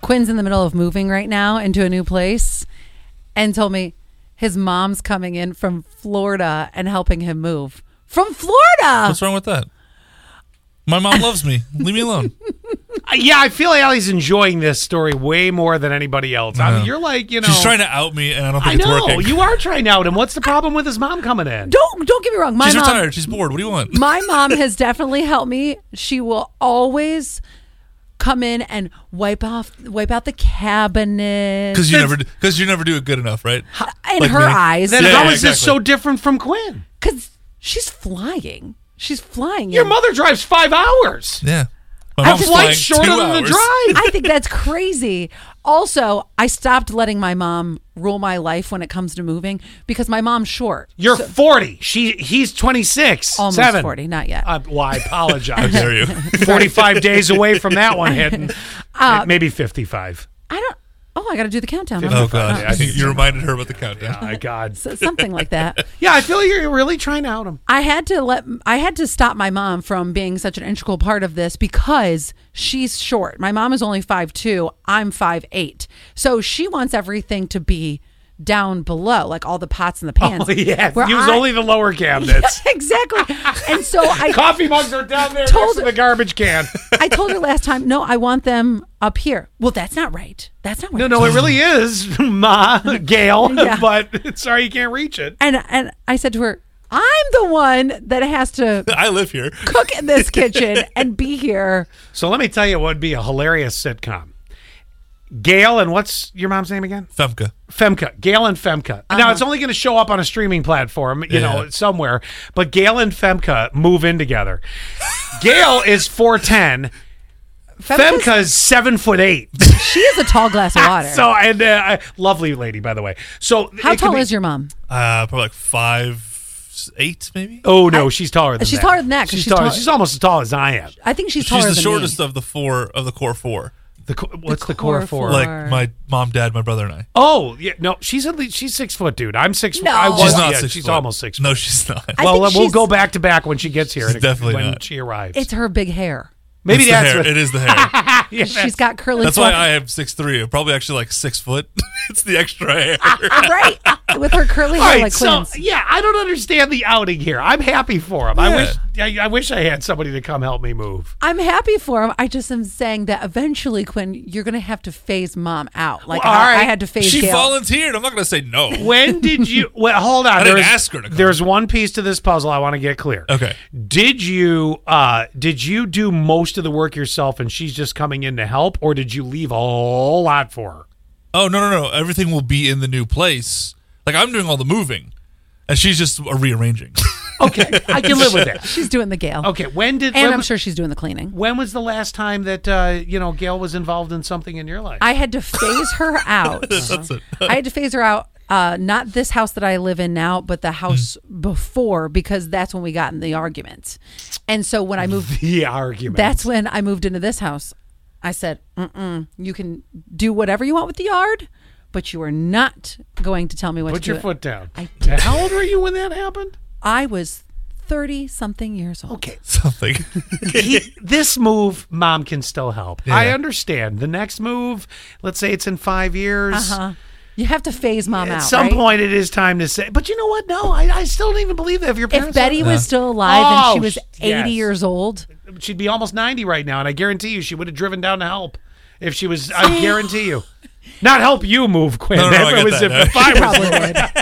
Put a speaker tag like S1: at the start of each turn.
S1: Quinn's in the middle of moving right now into a new place and told me his mom's coming in from Florida and helping him move. From Florida.
S2: What's wrong with that? My mom loves me. Leave me alone.
S3: Uh, yeah, I feel like Allie's enjoying this story way more than anybody else. I
S2: Yeah.
S3: mean, you're like, you know,
S2: She's trying to out me, and I don't think
S3: I
S2: it's
S3: know
S2: working.
S3: you are trying out, and what's the problem with his mom coming in?
S1: Don't don't get me wrong. My
S2: She's
S1: mom
S2: retired. She's bored. What do you want?
S1: my mom has definitely helped me. She will always come in and wipe off wipe out the cabinet.
S2: Because you never, because you never do it good enough, right?
S1: in
S2: Like
S1: her
S2: me.
S1: eyes.
S3: Then
S2: Yeah,
S3: how is
S2: yeah,
S3: this
S2: exactly.
S3: so different from Quinn?
S1: Because she's flying. She's flying.
S3: Your
S1: in.
S3: mother drives five hours.
S2: Yeah. My
S1: I
S2: mom's
S1: just-
S2: flying
S3: Flight's shorter
S2: two
S3: than the
S2: hours.
S3: drive.
S1: I think that's crazy. Also, I stopped letting my mom rule my life when it comes to moving because my mom's short.
S3: You're 40. She he's 26.
S1: Almost
S3: Seven.
S1: 40, not yet.
S3: Uh, well, I
S2: How
S3: apologize.
S2: dare you?
S3: 45 days away from that one hitting.
S1: Uh,
S3: Maybe 55.
S1: I don't. Oh, I got to do the countdown. I'm
S2: Oh
S1: not-
S2: god,
S1: not-
S2: I think you reminded her about the countdown.
S3: My God.
S1: so- something like that.
S3: Yeah, I feel like you're really trying to out him.
S1: I had to let I had to stop my mom from being such an integral part of this because she's short. My mom is only 5'2, I'm 5'8. So she wants everything to be down below, like all the pots and the pans.
S3: Yeah,
S1: Where
S3: Oh, use
S1: I-
S3: only the lower cabinets.
S1: Exactly. And so I
S3: Coffee mugs are down there
S1: Told-
S3: next to the garbage can.
S1: I told her last time, "No, I want them up here." Well, that's not right. That's not right.
S3: No, no, it really is, Ma, Gail,
S1: Yeah.
S3: but sorry you can't reach it.
S1: And and I said to her, "I'm the one that has to
S2: I live here.
S1: cook in this kitchen and be here."
S3: So let me tell you what would be a hilarious sitcom. Gail and what's your mom's name again?
S2: Femke.
S3: Femka, Gail and Femka. Now it's only going to show up on a streaming platform, you know,
S2: Yeah.
S3: somewhere. But Gail and Femka move in together. Gail is four ten.
S1: Femka's-
S3: Femka is seven foot eight.
S1: She is a tall glass of water.
S3: So and uh, lovely lady, by the way. So
S1: How
S3: it could
S1: tall
S3: be-
S1: is your mom?
S2: Uh, probably like five, eight, maybe.
S3: Oh no, she's taller than
S1: she's
S3: that.
S1: taller than that 'cause
S3: She's,
S1: she's
S3: taller.
S1: tall-
S3: She's almost as tall as I am.
S1: I think she's taller
S2: She's the
S1: than
S2: shortest
S1: me.
S2: of the four of the core four.
S3: The, co- what's the core,
S1: core
S3: four?
S1: four.
S2: Like
S1: Or-
S2: my mom, dad, my brother, and I.
S3: oh yeah, no, she's at least she's six foot, dude. I'm six.
S1: No.
S3: Oh, I was,
S2: She's not
S3: yeah,
S2: six.
S3: She's
S2: foot.
S3: almost six.
S2: No, she's not.
S1: I
S3: well,
S1: think
S3: uh, we'll
S1: she's-
S3: go back to back when she gets here. and-
S2: definitely
S3: when
S2: not.
S3: she arrives.
S1: It's her big hair.
S3: Maybe
S2: It's the
S3: that's
S2: hair.
S3: what
S2: it is the hair.
S1: She's got curly.
S2: That's why I
S1: fluff-
S2: am six three. Probably actually like six foot. it's the extra hair.
S1: right with her curly
S3: All
S1: hair
S3: right,
S1: like
S3: so
S1: Quinn's.
S3: yeah, I don't understand the outing here. I'm happy for him. I
S2: Yeah.
S3: wish I, I wish I had somebody to come help me move.
S1: I'm happy for him. I just am saying that eventually, Quinn, you're going to have to phase mom out. Like
S3: Well,
S1: how
S3: all
S1: I
S3: right.
S1: had to phase
S2: she
S1: Gail.
S2: volunteered. I'm not gonna say no.
S3: When did you? Well, hold on.
S2: I didn't
S3: There's-
S2: ask her to come.
S3: There's one piece to this puzzle I want to get clear.
S2: Okay.
S3: Did you uh did you do most of the work yourself and she's just coming in to help, or did you leave a whole lot for her?
S2: Oh no no no! Everything will be in the new place. Like I'm doing all the moving, and she's just uh, rearranging.
S3: Okay, I can live with that.
S1: She's doing the Gail.
S3: Okay, when did
S1: And
S3: when,
S1: I'm sure she's doing the cleaning.
S3: when was the last time that uh you know Gail was involved in something in your life?
S1: I had to phase her out.
S2: That's it.
S3: Uh-huh.
S1: I had to phase her out. Uh, not this house that I live in now, but the
S3: Hmm.
S1: house before, because that's when we got in the argument. And so when I moved
S3: the argument.
S1: That's when I moved into this house. I said, Mm-mm, "You can do whatever you want with the yard, but you are not going to tell me what
S3: Put
S1: to
S3: your
S1: do."
S3: foot down. Uh,
S1: I
S3: How old were you when that happened?
S1: I was thirty something years old.
S3: Okay,
S2: Something.
S3: he, this move, mom can still help.
S2: Yeah.
S3: I understand. The next move, let's say it's in five years.
S1: Uh-huh. You have to phase mom
S3: At
S1: out.
S3: some
S1: right?
S3: point, it is time to say. But you know what? No, I, I still don't even believe that. If your parents,
S1: if Betty was still alive and she
S3: Oh,
S1: was
S3: sh-
S1: eighty
S3: yes.
S1: years old,
S3: she'd be almost ninety right now, and I guarantee you, she would have driven down to help. If she was, I guarantee you, not help you move, Quinn.
S2: No, no, no, I
S3: If it
S2: get
S3: was
S2: that.
S3: if, if I
S1: probably
S3: was.
S1: would.